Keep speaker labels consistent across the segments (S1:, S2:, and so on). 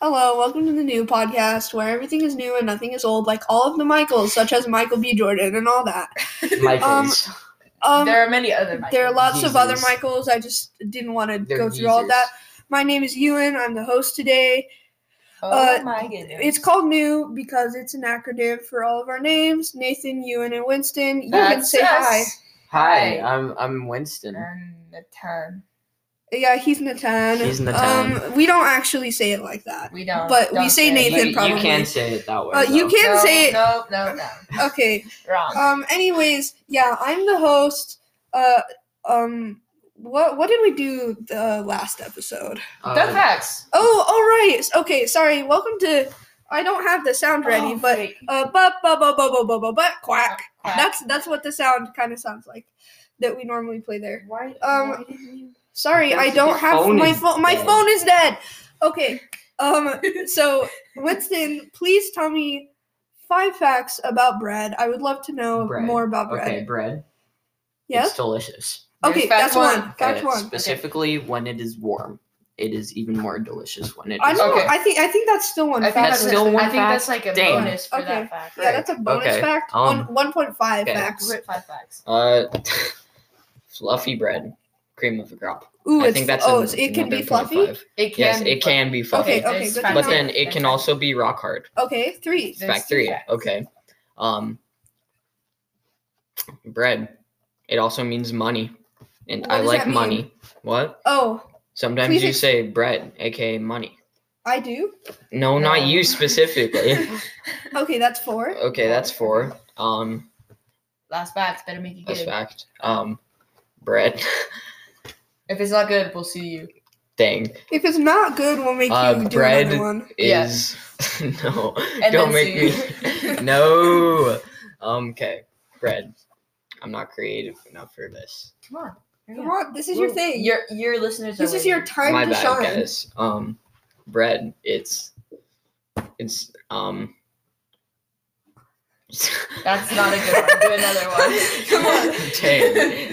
S1: Hello, welcome to the new podcast where everything is new and nothing is old, like all of the Michaels, such as Michael B. Jordan and all that.
S2: Michaels.
S1: Um,
S3: there are many other Michaels.
S1: there are lots of other
S2: Jesus.
S1: Michaels. I just didn't want to
S2: They're
S1: go through all
S2: geezers.
S1: that. My name is Ewan. I'm the host today.
S3: oh
S1: uh,
S3: my goodness.
S1: It's called new because it's an acronym for all of our names Nathan, Ewan, and Winston. You can
S3: That's
S1: say hi.
S3: us.
S2: Hi,
S3: Hi.
S2: I'm I'm Winston.
S3: And the turn.
S1: Yeah, he's Natan.
S2: He's Natan.
S1: Um, we don't actually say it like that.
S3: We don't.
S1: But we
S3: don't
S1: say
S2: You,
S1: Nathan
S2: you
S1: probably.
S2: can say it that way.
S1: Uh, you
S2: though.
S1: can
S3: no,
S1: say it.
S3: No, no, no.
S1: Okay.
S3: Wrong.
S1: Um. Anyways, yeah, I'm the host. Uh. Um. What What did we do the last episode?
S2: Uh,
S3: the facts.
S1: Oh. All right. Okay. Sorry. Welcome to. I don't have the sound ready,
S3: Oh,
S1: but
S3: wait.
S1: uh, but but but but but but but but quack.
S3: Quack.
S1: That's that's what the sound kind of sounds like that we normally play there.
S3: why,
S1: um,
S3: why didn't you?
S1: Sorry, I
S2: Your
S1: don't have
S2: phone
S1: my
S2: is
S1: phone. My
S2: dead.
S1: phone is dead. Okay. Um. So Winston, please tell me five facts about bread. I would love to know
S2: Bread.
S1: more about bread.
S2: Okay, bread.
S1: Yes.
S2: It's delicious.
S3: There's
S1: Okay,
S3: fact
S1: that's one.
S3: one.
S1: Fact
S2: Uh,
S1: one.
S2: Specifically, when it is warm, it is even more delicious. When it is
S1: I know.
S3: Okay.
S1: I think. I think that's still one.
S3: I think
S1: fact.
S2: that's still one
S3: I think that's
S2: fact?
S3: like a
S2: Dang.
S3: bonus for
S1: Okay.
S3: that fact.
S1: Yeah, that's a bonus
S2: Okay,
S1: fact.
S2: um,
S1: on one point five
S2: okay.
S1: facts.
S3: Quit five facts.
S2: Uh, fluffy bread, cream of the crop.
S1: Ooh,
S2: I
S1: it's,
S2: think that's
S1: oh,
S2: an-
S1: so it can be
S2: another
S1: fluffy.
S2: 0.5.
S3: It can.
S2: Yes,
S3: be
S2: it can be fluffy.
S1: Okay, okay,
S3: there's
S1: good to
S3: fact
S1: know.
S2: But
S3: one.
S2: then it can
S3: There's
S2: also be rock hard.
S1: Okay, three.
S3: There's
S2: Fact
S3: two
S2: three.
S3: facts.
S2: Okay. Um. Bread. It also means money, and
S1: What
S2: I
S1: does
S2: like
S1: that mean?
S2: money. What?
S1: Oh,
S2: Sometimes
S1: Please
S2: you
S1: ex-
S2: say bread, aka money.
S1: I do.
S2: No, not
S3: No.
S2: you specifically.
S1: Okay, that's four.
S2: okay, that's four. Um,
S3: Last fact. Better make it
S2: that's
S3: good.
S2: fact. Um, bread.
S3: If it's not good, we'll sue you.
S2: Dang
S1: If it's not good, we'll make
S2: Uh,
S1: you do
S2: bread.
S1: another one.
S3: Yeah.
S2: is no.
S3: And
S2: don't
S3: then
S2: make
S3: see.
S2: me. no. Um. Okay. Bread. I'm not creative enough for this.
S3: Come on. hurry
S1: Come
S3: up.
S1: on, this is your thing.
S3: Your your listeners.
S1: this
S3: are
S1: is your
S3: waiting.
S1: time
S2: My
S1: to
S2: bad,
S1: shine.
S2: guys. Um, bread. It's it's um.
S3: That's not a good one. Do another one. Come
S2: Dang.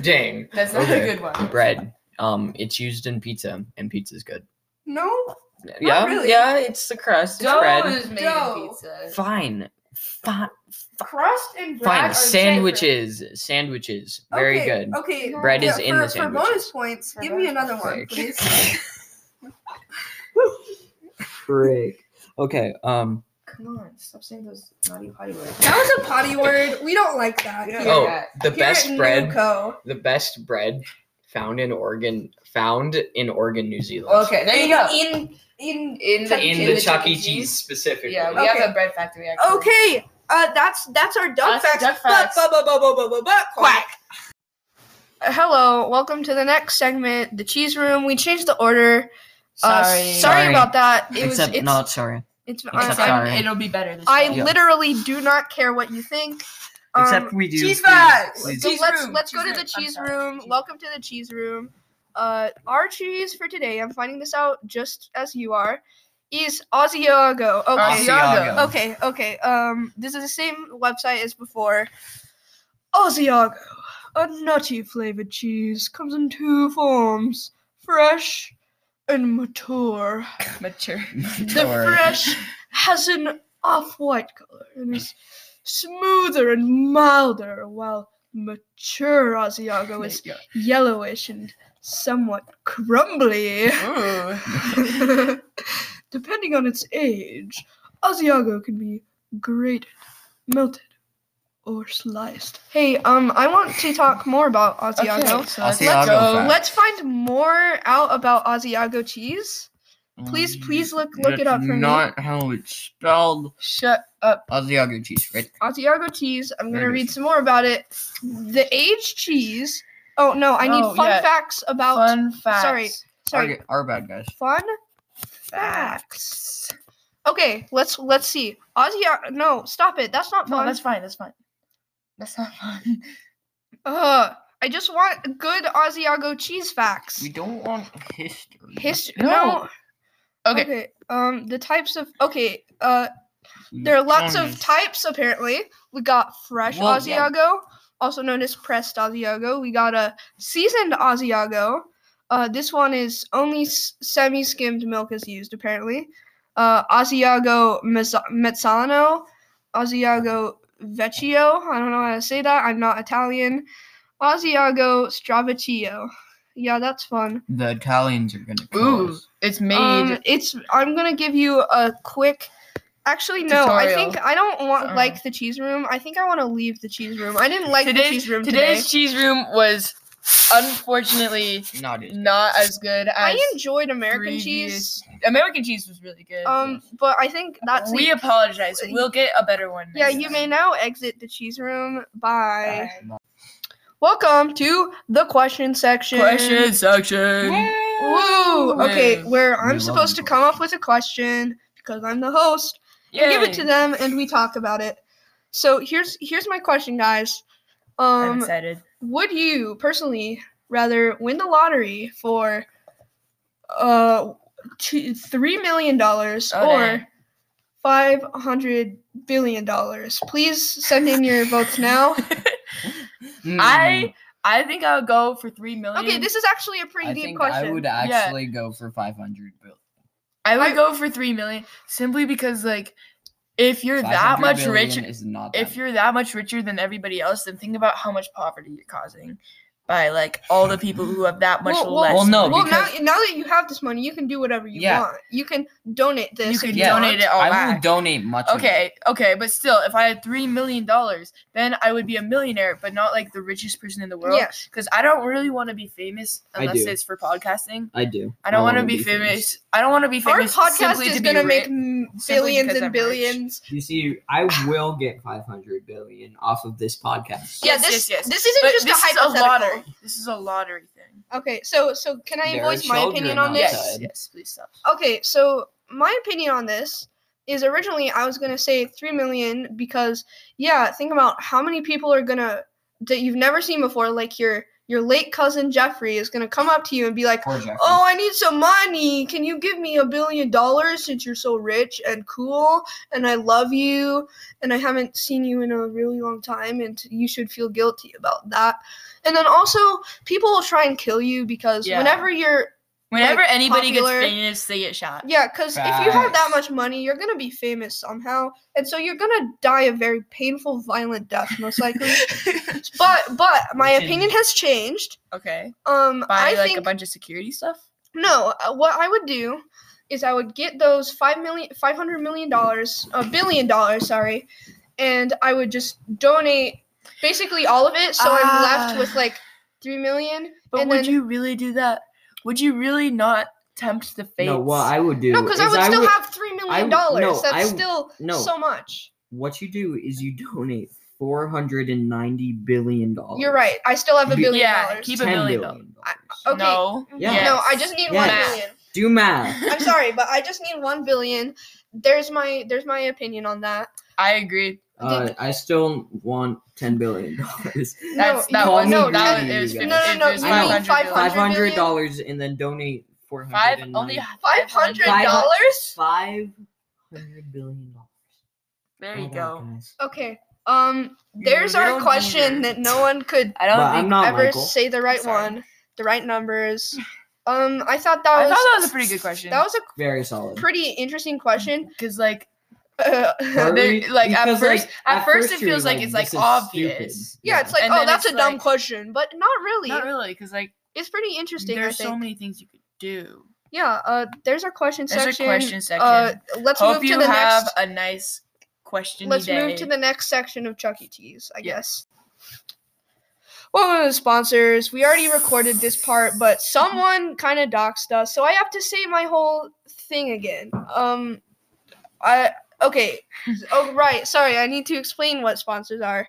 S2: Dang.
S3: That's not
S2: Okay.
S3: a good one.
S2: Bread. Um, it's used in pizza, and pizza's good.
S1: No.
S2: yeah,
S1: really.
S2: yeah. It's the crust. It's
S3: Dough
S2: bread.
S3: is made
S1: Dough.
S3: in pizza.
S2: Fine. Fine.
S1: Crust and bread.
S2: Fine.
S1: are different.
S2: Sandwiches. Sandwiches. Very
S1: okay,
S2: good.
S1: Okay.
S2: Bread
S1: yeah,
S2: is in
S1: for,
S2: the
S1: For
S2: sandwiches.
S1: bonus points,
S3: For
S1: give me
S3: bonus
S1: another one,
S2: points.
S1: please.
S2: Frick. Okay. Um.
S3: Come on, stop saying those naughty potty words.
S1: That was a potty word. We don't like that.
S3: Yeah.
S1: here-
S2: Oh,
S3: at-
S2: the
S1: here
S2: best
S1: at
S2: bread.
S1: Nuco.
S2: The best bread found in Oregon. Found in Oregon, New Zealand.
S3: Okay, there you go.
S1: In in
S3: In the
S2: In the Chuck E. Cheese specifically.
S3: Yeah, we
S1: Okay.
S3: have a bread factory. Actually.
S1: okay. Uh, that's that's our duck
S3: That's
S1: facts.
S3: duck facts.
S1: But, but, but, but, but, but, but, quack. Hello, welcome to the next segment, the cheese room. We changed the order. Uh,
S3: Sorry.
S1: sorry,
S2: Sorry.
S1: about that. It
S2: Except
S1: was it's,
S2: not sorry.
S1: it's
S3: It's-
S2: Except
S1: I,
S3: I'm-
S2: sorry.
S3: It'll be better this
S1: I
S3: time.
S2: Yeah.
S1: literally do not care what you think. Um,
S2: Except we do. please,
S3: cheese facts!
S2: please.
S1: so
S3: Cheese
S1: let's
S3: room,
S1: let's go to
S3: cheese room.
S1: the
S3: I'm
S1: cheese
S3: sorry,
S1: room.
S3: cheese
S1: Welcome to the cheese room. Uh, our cheese for today, I'm finding this out just as you are, is Asiago. Okay.
S2: Asiago.
S1: Okay, okay. Um, this is the same website as before. Asiago, a nutty flavored cheese, comes in two forms: fresh and mature.
S3: Mature.
S1: The fresh has an off-white color and is smoother and milder, while mature Asiago is
S3: There
S1: yellowish and somewhat crumbly.
S3: you go. Ooh.
S1: Oh. Depending on its age, Asiago can be grated, melted, or sliced. Hey, um, I want to talk more about Asiago.
S3: so let's
S2: Asiago
S3: go.
S2: facts.
S1: Let's find more out about Asiago cheese. Please, please look look it up for me.
S2: how it's spelled.
S1: Shut up.
S2: Asiago cheese, right?
S1: Asiago cheese. I'm
S2: There
S1: gonna
S2: it
S1: read some more about it. The aged cheese. Oh no, I need
S3: Oh,
S1: fun
S3: yeah.
S1: facts about.
S3: Fun facts.
S1: Sorry, sorry.
S2: Our bad guys.
S1: Fun facts. Okay, let's let's see. Asiago. No, stop it. That's not
S3: No,
S1: fun.
S3: that's fine. That's fine. That's not fun.
S1: Ugh, I just want good Asiago cheese facts.
S2: don't want history.
S1: History. No.
S3: No. Okay.
S1: Um, the types of okay. Uh, There are lots of types, apparently. We got fresh
S2: Well, yeah.
S1: Asiago, also known as pressed Asiago. We got a seasoned Asiago, Uh, this one is only s- semi-skimmed milk is used apparently. Uh, Asiago Mezz- Mezzano, Asiago Vecchio. I don't know how to say that. I'm not Italian. Asiago Stravecchio. Yeah, that's fun.
S2: The Italians are gonna
S3: Ooh,
S2: close.
S3: it's made.
S1: Um, it's. I'm gonna give you a quick. Actually, no. I
S3: Tutorial.
S1: think I don't want
S3: Uh.
S1: like the cheese room. I think I want to leave the cheese room. I didn't like the cheese room today.
S3: today's cheese room was unfortunately
S2: Not it.
S3: not as good as
S1: I enjoyed American
S3: previous-
S1: cheese.
S3: American cheese was really good.
S1: Um, but I think that's
S3: we
S1: the-
S3: apologize. We'll get a better one.
S1: yeah.
S3: next
S1: You
S3: time.
S1: may now exit the cheese room. Bye.
S3: Bye.
S1: Welcome to the question section.
S3: Question section.
S1: Woo! Okay,
S3: Yay.
S1: where
S2: We
S1: I'm
S2: love
S1: supposed to
S2: you.
S1: come up with a question because I'm the host. I give it to
S3: Yay.
S1: them and we talk about it. So here's here's my question, guys.
S3: I'm
S1: Um,
S3: excited.
S1: would you personally rather win the lottery for uh two, three million dollars
S3: Oh, dang.
S1: or five hundred billion dollars? Please send in your votes now.
S3: I I think I'll go for three million.
S1: Okay, this is actually a pretty
S2: I
S1: deep
S2: think
S1: question.
S2: I would uh,
S3: Yeah.
S2: actually go for five hundred billion.
S3: I would
S1: I-
S3: go for three million simply because like if you're that
S2: 500
S3: much
S2: billion
S3: richer,
S2: is not that
S3: if you're that much richer than everybody else, then think about how much poverty you're causing by like all the people who have that much
S1: Well, well-
S3: less.
S2: Well, no,
S1: well,
S3: money.
S1: now, now that you have this money, you can do whatever you
S2: Yeah.
S1: want. You can donate this.
S3: you
S1: if
S3: can
S2: Yeah.
S3: donate
S1: want.
S3: it all
S2: I will
S3: back.
S2: donate much. of it.
S3: okay, okay, but still, if I had three million dollars, then I would be a millionaire, but not like the richest person in the world.
S1: Yes.
S3: Because I don't really want to be famous
S2: I
S3: unless
S2: do.
S3: it's for podcasting.
S2: I do.
S3: I don't want to
S2: wanna
S3: be, famous. I don't want to be
S1: Our
S3: famous.
S1: podcast
S3: simply
S1: is
S3: to
S1: going to
S3: be
S1: make
S3: ri-
S1: m-
S3: simply
S1: billions
S3: because I'm
S1: and
S3: rich.
S1: billions.
S2: You see, I will get five hundred billion off of this podcast.
S1: Yeah,
S3: Yes,
S1: this
S3: yes, yes.
S1: this isn't
S3: But
S1: just
S3: this
S1: a
S3: is a
S1: hypothetical.
S3: lottery. This is a lottery thing.
S1: Okay, so so can I
S2: There are
S1: voice my opinion
S2: children
S1: on this?
S2: outside.
S3: yes, please stop.
S1: Okay, so my opinion on this is originally I was gonna say three million because yeah, think about how many people are gonna that you've never seen before, like your your late cousin Jeffrey is gonna come up to you and be like,
S2: Poor Jeffrey.
S1: Oh, I need some money. Can you give me a billion dollars since you're so rich and cool and I love you and I haven't seen you in a really long time and you should feel guilty about that. And then also people will try and kill you because
S3: Yeah.
S1: whenever you're
S3: Whenever
S1: like,
S3: anybody
S1: popular-
S3: gets famous, they get shot.
S1: yeah, cuz if you have that
S2: Facts.
S1: much money, you're going to be famous somehow. And so you're going to die a very painful violent death most likely. but but my
S2: Which is-
S1: opinion has changed.
S3: okay.
S1: Um
S3: Buy
S1: I
S3: like
S1: think
S3: a bunch of security stuff.
S1: No, uh, what I would do is I would get those five million, five hundred million dollars, a billion dollars, sorry, and I would just donate basically all of it. So I'm left
S3: Ah.
S1: with like three million.
S3: But
S1: and
S3: would
S1: then,
S3: you really do that? Would you really not tempt the fate?
S2: No, what I would do
S1: no, because I
S2: is
S1: would still
S2: would-
S1: have three million
S2: would- no,
S1: dollars. That's
S2: I w-
S1: still
S2: no.
S1: so much.
S2: what you do is you donate four hundred and ninety billion dollars.
S1: You're right. I still have a
S2: Be-
S1: billion
S3: Yeah,
S1: dollars.
S3: keep-
S2: Ten
S3: a
S2: billion
S3: million oh.
S2: dollars.
S1: I- okay.
S3: No.
S2: Yeah.
S1: No, I
S3: Yes.
S1: just need
S2: Yes.
S1: one billion.
S2: Do math.
S1: I'm sorry, but I just need one billion. There's my there's my opinion on that.
S3: I agree.
S2: Uh, I still want ten billion dollars.
S1: no,
S3: That's that
S1: you-
S2: Call
S3: was
S2: me
S1: no,
S3: no, that
S2: greedy,
S3: was, it was
S2: you
S1: no,
S2: guys.
S3: fifty-
S1: no,
S3: it
S1: no.
S3: was
S1: You mean
S3: 500
S1: five
S3: billion.
S2: Five hundred
S1: million?
S2: dollars and then donate four
S3: Five
S2: hundred.
S3: only
S1: Five hundred
S2: Five-
S1: dollars.
S2: Five hundred billion dollars. Oh
S3: There
S1: Oh
S3: you go.
S1: Okay. Um, there's our
S3: little
S1: question
S3: geezer.
S1: that no one could
S3: I don't
S2: But
S3: think
S2: I'm not
S1: ever
S2: Michael.
S1: say the right
S3: sorry.
S1: one, the right numbers. Um, I thought that
S3: I
S1: was
S3: thought that was a pretty good question.
S1: that was a
S2: Very solid.
S1: pretty interesting question.
S3: because like
S1: Uh,
S2: Or
S1: yeah,
S3: They're-
S2: we-
S3: like, at
S2: because,
S3: first- at first it
S2: you're
S3: feels like it's, like,
S2: "This is
S3: obvious."
S2: stupid."
S1: it's like
S3: And
S1: oh,
S3: then
S1: that's a
S3: it's
S1: dumb
S3: like-
S1: question, but not really.
S3: not really because like
S1: It's pretty interesting. I
S3: there's
S1: think.
S3: so many things you could do.
S1: yeah. Uh, there's our question
S3: There's
S1: section.
S3: a question section.
S1: Uh, let's
S3: Hope
S1: move
S3: you
S1: to the
S3: have
S1: next.
S3: a nice question.
S1: Let's
S3: day.
S1: move to the next section of Chuck E. Cheese, I
S3: Yeah.
S1: guess. Welcome to the sponsors. We already recorded this part, but someone kind of doxed us, so I have to say my whole thing again. Um, I okay. Oh right, sorry. I need to explain what sponsors are.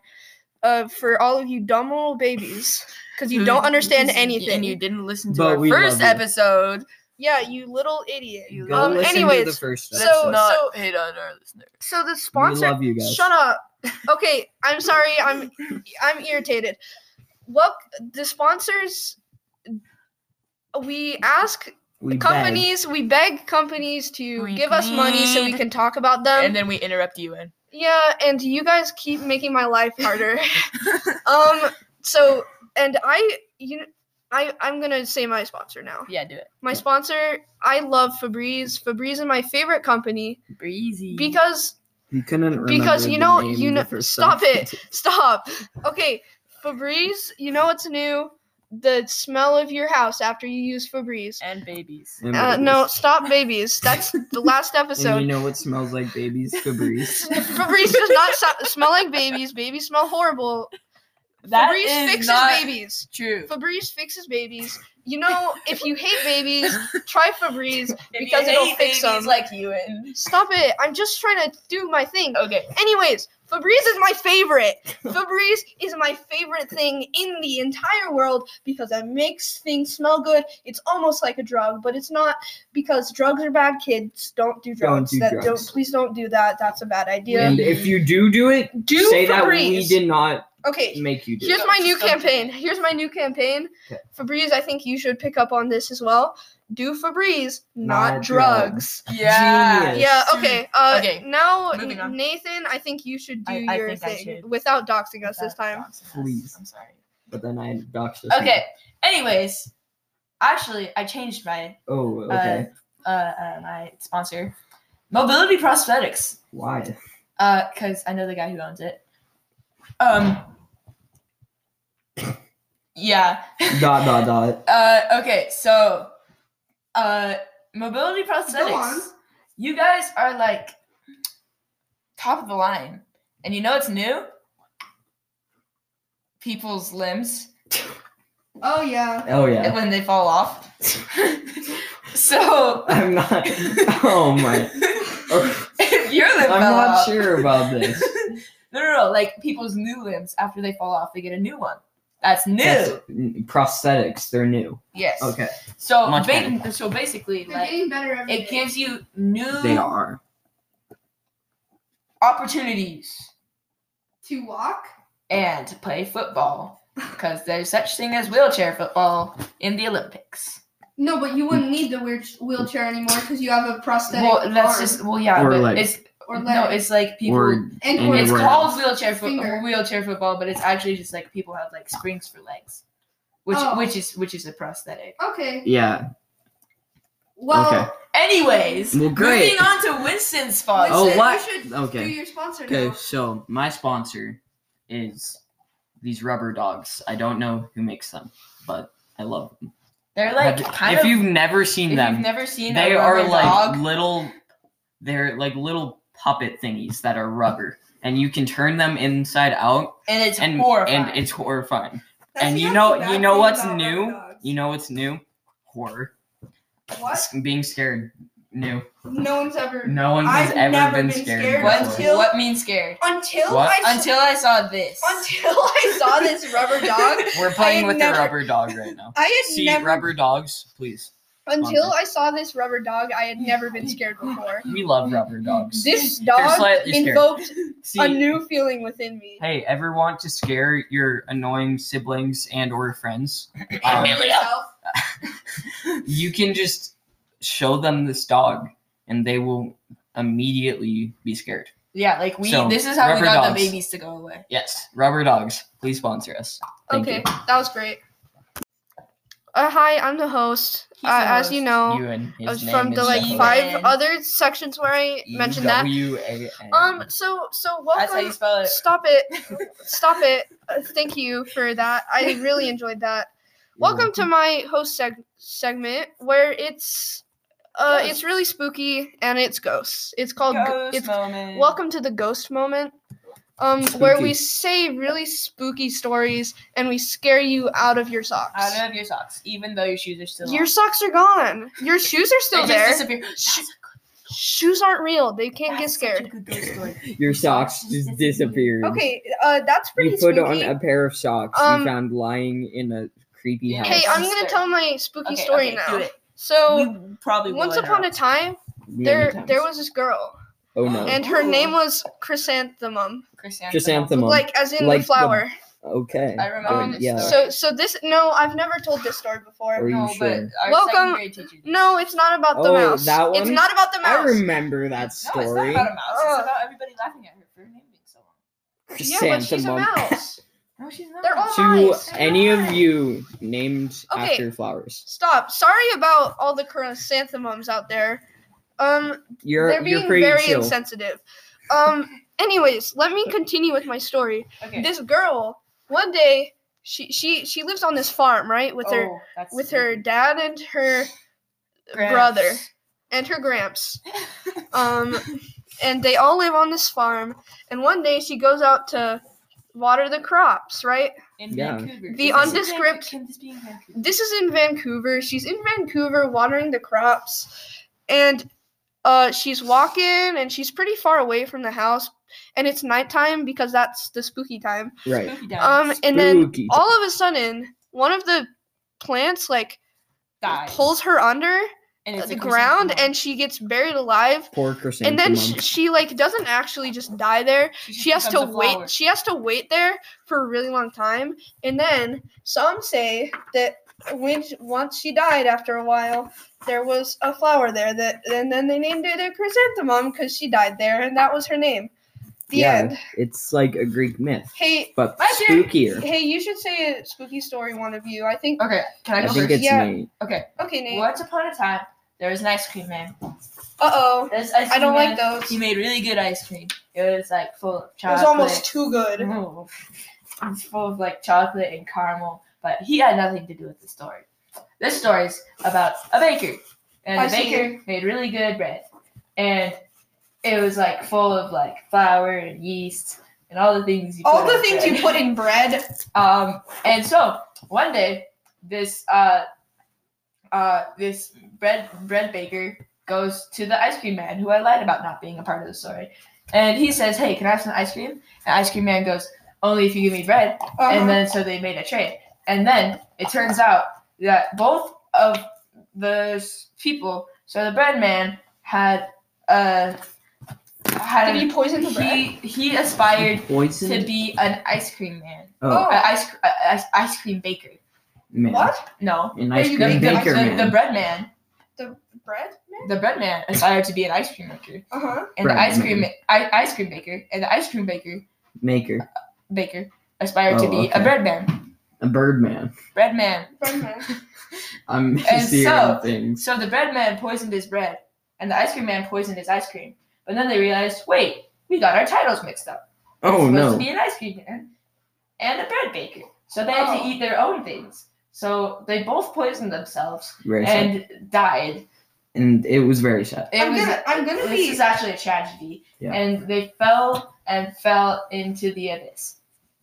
S1: Uh, for all of you dumb little babies, because you
S3: Who-
S1: don't understand
S3: and you-
S1: anything.
S3: and you didn't listen to
S2: But
S3: our
S2: we
S3: first
S2: love you.
S3: episode.
S1: yeah, you little idiot.
S3: You
S2: Go
S1: Um,
S2: listen
S1: anyways,
S2: to the first
S1: so-
S3: Let's
S2: episode.
S3: not
S1: so-
S3: hate on our listeners.
S1: So the
S2: we
S1: sponsor
S2: love you guys.
S1: Shut up. Okay, I'm sorry. I'm I'm irritated. Well, the sponsors we ask
S2: We beg.
S1: companies, we beg companies to
S3: We
S1: give us money so we
S3: plead.
S1: can talk about them.
S3: and then we interrupt you in.
S1: yeah, and you guys keep making my life harder. um so and I you I, I'm gonna say my sponsor now.
S3: Yeah, do it.
S1: My sponsor, I love Febreze. Febreze is my favorite company
S3: Breezy.
S1: because
S2: You couldn't
S1: Because,
S2: remember
S1: you
S2: the
S1: know-
S2: name
S1: you
S2: the
S1: know-
S2: first
S1: stop
S2: time.
S1: it. stop. Okay, Febreze, you know what's new? The smell of your house after you use Febreze.
S3: and babies.
S2: And
S1: Uh,
S2: babies.
S1: no, stop babies. That's the last
S2: And you
S1: episode.
S2: know what smells like babies? Febreze.
S1: Febreze does not so- smell like babies. Babies smell horrible.
S3: That
S1: Febreze
S3: is
S1: fixes
S3: not
S1: babies.
S3: true.
S1: Febreze fixes babies. You know, if you hate babies, try Febreze.
S3: If you
S1: because it'll
S3: hate
S1: fix
S3: babies
S1: them.
S3: like you and
S1: Stop it. I'm just trying to do my thing.
S3: okay.
S1: Anyways, Febreze is my favorite. Febreze is my favorite thing in the entire world because it makes things smell good. It's almost like a drug, but it's not because drugs are bad. Kids don't do drugs.
S2: Don't do
S1: that,
S2: drugs.
S1: Don't, please don't do that. That's a bad idea.
S2: And if you do do it,
S1: Do
S2: say that we
S1: Febreze.
S2: did not
S1: okay.
S2: make you do
S1: Here's
S2: it.
S1: my new
S3: Something.
S1: campaign. Here's my new campaign.
S2: Okay.
S1: Febreze, I think you should pick up on this as well. Do Febreze, not,
S2: Not
S1: drugs.
S3: Yeah.
S2: Genius.
S1: Yeah, okay. Uh,
S3: Okay,
S1: Now,
S3: moving
S1: N-
S3: on.
S1: Nathan, I think you should do
S3: I- I
S1: your
S3: think I
S1: thing
S3: should.
S1: without doxing us this time.
S2: Please.
S3: I'm sorry.
S2: But then I doxed us.
S3: Okay. Anyways, actually, I changed my
S2: Oh, okay.
S3: uh, uh, my sponsor, Mobility Prosthetics,
S2: Why?
S3: because I know the guy who owns it. Um. Yeah.
S2: dot dot dot.
S3: Uh. Okay. So, uh, Mobility Prosthetics.
S1: on.
S3: You guys are like top of the line, and you know what's new? People's limbs.
S1: Oh yeah.
S2: Oh yeah.
S3: when they fall off. so
S2: I'm not. Oh my. Oh,
S3: if your limb
S2: I'm
S3: fell
S2: not
S3: off,
S2: sure about this.
S3: no, no, no. Like people's new limbs after they fall off, they get a new one. That's new.
S2: That's- n- prosthetics. They're new.
S3: yes.
S2: Okay.
S3: So
S2: Much
S3: ba- so basically,
S1: They're
S3: like
S1: getting better every
S3: it
S1: day.
S3: gives you new
S2: They are.
S3: opportunities
S1: to walk.
S3: and to play football because there's such thing as wheelchair football in the Olympics.
S1: No, but you wouldn't need the wheel- wheelchair anymore because you have a prosthetic
S3: Well, that's
S1: arm
S3: just well, yeah,
S2: Or
S3: but
S2: like-
S3: it's
S1: or leg
S3: no, it's like people.
S2: Or
S1: and
S2: and
S3: It's
S2: Anywhere
S3: called wheelchair
S1: Finger.
S3: football, wheelchair football, but it's actually just like people have like springs for legs, which
S1: Oh.
S3: which is which is a prosthetic.
S1: okay.
S2: yeah.
S1: Well,
S2: Okay.
S3: Anyways,
S2: Well, great.
S3: moving on to Winston's
S1: Winston,
S3: sponsor.
S2: Oh, what?
S1: You should
S2: Okay.
S1: do your sponsor
S2: Okay.
S1: now.
S2: So my sponsor is these rubber dogs. I don't know who makes them, but I love them.
S3: They're like
S2: Have-
S3: kind
S2: if
S3: of.
S2: you've never seen
S3: if
S2: them,
S3: you've never seen,
S2: they
S3: a
S2: are
S3: rubber
S2: like
S3: dog,
S2: little they're like little puppet thingies that are rubber and you can turn them inside out
S3: and it's
S2: and
S3: horrifying.
S2: and it's horrifying
S1: That's
S2: and
S1: the
S2: you
S1: only
S2: know
S1: bad
S2: you know
S1: thing
S2: what's
S1: about
S2: new
S1: hot dogs.
S2: you know what's new horror
S1: what?
S2: S- being scared new
S1: No one's ever
S2: no one has
S1: I've
S2: ever
S1: never
S2: been,
S1: been
S2: scared,
S1: scared
S3: what,
S2: before.
S1: until-
S3: what means scared?
S1: until
S2: What?
S1: I s-
S3: Until I saw this.
S1: until I saw this rubber dog.
S2: we're playing
S1: had
S2: with
S1: never-
S2: the rubber dog right now
S1: I had
S2: see
S1: never
S2: rubber dogs please
S1: until I saw this rubber dog. I had never been scared before.
S2: we love rubber dogs
S1: This
S2: They're
S1: dog
S2: slightly scared.
S1: invoked
S2: see
S1: a new feeling within me.
S2: hey ever want to scare your annoying siblings and or friends
S1: And
S2: Um,
S1: yourself.
S2: you can just show them this dog and they will immediately be scared.
S3: yeah, like we.
S2: So,
S3: this is how we
S2: rubber
S3: got
S2: dogs.
S3: the babies to go away.
S2: Yes, rubber dogs, please sponsor us. Thank
S1: Okay, that was great. Uh, hi, I'm the host.
S3: He's
S1: Uh,
S3: the
S1: as you
S3: host.
S1: know,
S2: You and his
S1: I was
S2: name
S1: from
S2: is
S1: the like
S2: definitely
S1: five
S3: Ethan.
S1: other sections where I mentioned that.
S2: UWAN.
S1: Um, so so
S3: That's how you
S1: welcome.
S3: spell it.
S1: Stop it, stop it. Uh, thank you for that. I really enjoyed that. Welcome to my host seg- segment where it's uh it's
S3: Ghosts.
S1: really spooky and it's ghosts. It's called g-
S3: Ghost
S1: it's
S3: moment.
S1: Welcome to the ghost moment, um, where we
S2: Spooky.
S1: say really spooky stories and we scare you out of your socks.
S3: out of your socks, even though your shoes are still.
S1: Your
S3: on.
S1: socks are gone. Your shoes are still
S3: they
S1: there.
S3: just disappear.
S1: Sh- shoes aren't real. They can't get
S3: That's such a
S1: scared.
S3: good ghost story.
S4: Your socks just disappeared.
S1: Okay, uh, that's pretty
S4: You put
S1: spooky.
S4: on a pair of socks
S1: Um,
S4: you found lying in a creepy
S3: Yeah.
S4: house.
S1: okay, I'm
S3: Sister.
S1: gonna tell my spooky
S3: Okay,
S1: story
S3: okay,
S1: now.
S3: do it.
S1: So
S3: We probably
S1: once upon a time,
S4: many
S1: there
S4: times.
S1: there was this girl,
S4: oh no.
S1: and her
S3: Ooh.
S1: name was Chrysanthemum,
S4: Chrysanthemum.
S1: like as in
S4: Like
S1: the
S4: the-
S1: flower.
S4: okay.
S3: I remember
S1: Um,
S3: this
S4: yeah.
S3: story.
S1: So so this no, I've never told this story before.
S4: Are you
S3: no, but
S4: sure?
S3: our
S1: Welcome-
S3: second grade teacher. did.
S1: No, it's not about the
S4: Oh,
S1: mouse.
S4: that
S1: It's
S4: one?
S1: not about the
S4: I
S1: mouse.
S4: remember that
S3: No, it's
S4: story.
S3: not about a mouse.
S1: Ugh.
S3: It's about everybody laughing at her for her name being so long.
S1: yeah, but she's a
S4: Chrysanthemum.
S1: mouse.
S3: No, she's not.
S1: They're all
S4: To
S1: nice.
S4: any of you named
S1: Okay.
S4: after flowers,
S1: Stop. Sorry about all the chrysanthemums out there. Um,
S4: you're
S1: they're
S4: you're
S1: being
S4: pretty
S1: very
S4: chill.
S1: insensitive. Um, anyways, let me continue with my story.
S3: okay.
S1: This girl, one day, she she she lives on this farm, right, with her
S3: Oh, that's
S1: with her dad and her
S3: Gramps.
S1: brother and her gramps. Um, and they all live on this farm. And one day she goes out to water the crops, right?
S3: in
S4: Yeah.
S3: Vancouver.
S1: The
S3: Is this in
S1: undescript-
S3: Vancouver? Can this be in Vancouver?
S1: This is in Vancouver. She's in Vancouver watering the crops. And uh, she's walking and she's pretty far away from the house. And it's nighttime because that's the spooky time.
S4: Right.
S3: Spooky Downs
S1: Um, and then
S4: Spooky.
S1: all of a sudden, one of the plants like
S3: dies.
S1: pulls her under
S3: and it's
S1: the
S3: a
S1: ground
S3: chrysanthemum.
S1: and she gets buried alive
S4: Poor
S1: and
S4: chrysanthemum.
S1: then she, she like doesn't actually just die there
S3: just
S1: she has to
S3: becomes a flower.
S1: wait she has to wait there for a really long time and then some say that when once she died after a while there was a flower there that and then they named it a chrysanthemum because she died there and that was her name the
S4: yeah,
S1: end
S4: it's like a Greek myth,
S1: hey
S4: but
S3: My dear-
S4: spookier.
S1: hey you should say a spooky story one of you i think
S3: Okay, can I
S4: I
S3: go
S4: think
S3: first?
S4: it's
S1: Yeah.
S4: Nate.
S3: Okay.
S1: okay nate
S3: Once upon a time, there was an ice cream man.
S1: uh-oh
S3: This ice cream
S1: i don't
S3: man,
S1: like those
S3: He
S1: it
S3: made really good ice cream. It was like full of chocolate.
S1: was
S3: Mm-hmm.
S1: almost too good
S3: No. It's full of like chocolate and caramel, but he had nothing to do with the story. This story is about a baker, and
S1: I
S3: the
S1: see.
S3: baker made really good bread, and it was like full of like flour and yeast and all the things you.
S1: all
S3: put
S1: the
S3: in
S1: things you
S3: bread.
S1: put in bread
S3: Um, and so one day, this uh, uh, this bread bread baker goes to the ice cream man, who I lied about not being a part of the story, and he says, "Hey, can I have some ice cream?" And ice cream man goes, "Only if you give me bread."
S1: Uh-huh.
S3: And then so they made a trade, and then it turns out that both of those people, so the bread man had uh had
S1: Did
S3: an-
S1: he poison the bread?
S3: he he aspired
S4: Poison.
S3: to be an ice cream man
S4: oh,
S1: Oh.
S3: an ice, a- a- ice ice cream baker.
S4: man.
S1: What?
S3: No,
S4: An
S1: Are
S4: ice
S1: you
S3: the,
S4: cream
S1: making
S4: baker
S3: the,
S4: man.
S3: the bread man,
S1: Bread? Man?
S3: the bread man aspired to be an ice cream maker,
S1: Uh huh.
S3: and
S4: Bread
S3: the ice cream
S4: man.
S3: I, ice cream baker, and the ice cream baker
S4: maker.
S3: baker aspired to
S4: Oh,
S3: be
S4: okay.
S3: a bread man,
S4: A bird man.
S3: bread man.
S1: Bread man.
S4: I'm
S3: And
S4: seeing
S3: so-
S4: things.
S3: So the bread man poisoned his bread, and the ice cream man poisoned his ice cream. But then they realized, wait, we got our titles mixed up. It's
S4: Oh
S3: supposed
S4: no.
S3: to be an ice cream man and a bread baker, so they had
S1: Oh.
S3: to eat their own things. So they both poisoned themselves
S4: Very sad.
S3: and died.
S4: And it was very sad.
S3: It
S1: I'm
S3: was-
S1: gonna- I'm gonna
S3: this
S1: be-
S3: is actually a tragedy.
S4: Yeah.
S3: And they fell and fell into the abyss.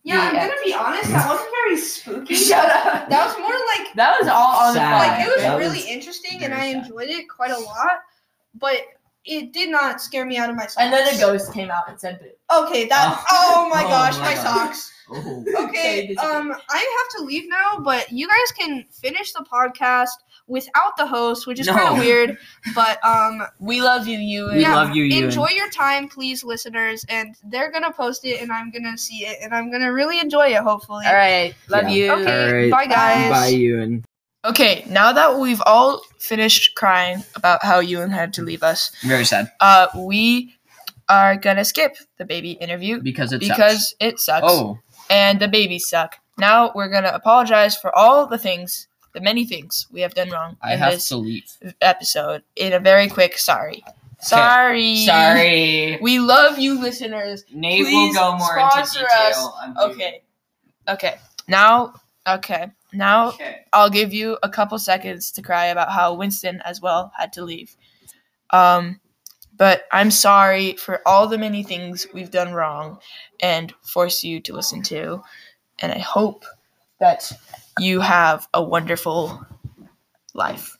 S1: Yeah, I'm
S3: Yeah.
S1: gonna be honest. That wasn't very spooky.
S3: Shut up.
S1: That was more like
S3: That was all on
S4: Sad.
S3: the fly.
S1: like it was
S4: That
S1: really
S4: was
S1: interesting, and
S4: very
S1: I
S4: sad.
S1: enjoyed it quite a lot. But it did not scare me out of my socks.
S3: and then a ghost came out and said boo.
S1: Okay, that.
S2: Oh.
S1: Oh my
S2: Oh
S1: gosh,
S2: my
S1: my
S2: God.
S1: socks.
S2: Oh.
S1: Okay,
S3: this-
S1: um, I have to leave now, but you guys can finish the podcast without the host, which is
S2: No.
S1: kind of weird. But um,
S3: We love you, you
S4: We love you, Ewan.
S1: Enjoy your time, please, listeners. And they're gonna post it, and I'm gonna see it, and I'm gonna really enjoy it. Hopefully.
S3: All right. Love
S4: Yeah.
S3: you.
S1: Okay.
S4: Alright,
S1: Bye, guys.
S4: Bye, Ewan.
S3: Okay, now that we've all finished crying about how Ewan had to leave us,
S2: Very sad
S3: uh, we are gonna skip the baby interview
S2: because it
S3: because it sucks.
S2: sucks. Oh,
S3: and the babies suck. Now we're gonna apologize for all the things, the many things we have done wrong
S2: I
S3: in
S2: have
S3: this
S2: to leave.
S3: episode in a very quick sorry. Sorry.
S2: Sorry.
S3: We love you listeners.
S2: Nate will
S3: Please
S2: go more
S3: sponsor
S2: into
S3: us.
S2: detail. I'm
S3: Okay. Okay. Now okay. Now
S2: Okay.
S3: I'll give you a couple seconds to cry about how Winston as well had to leave. Um but I'm sorry for all the many things we've done wrong and force you to listen to. And I hope that you have a wonderful life.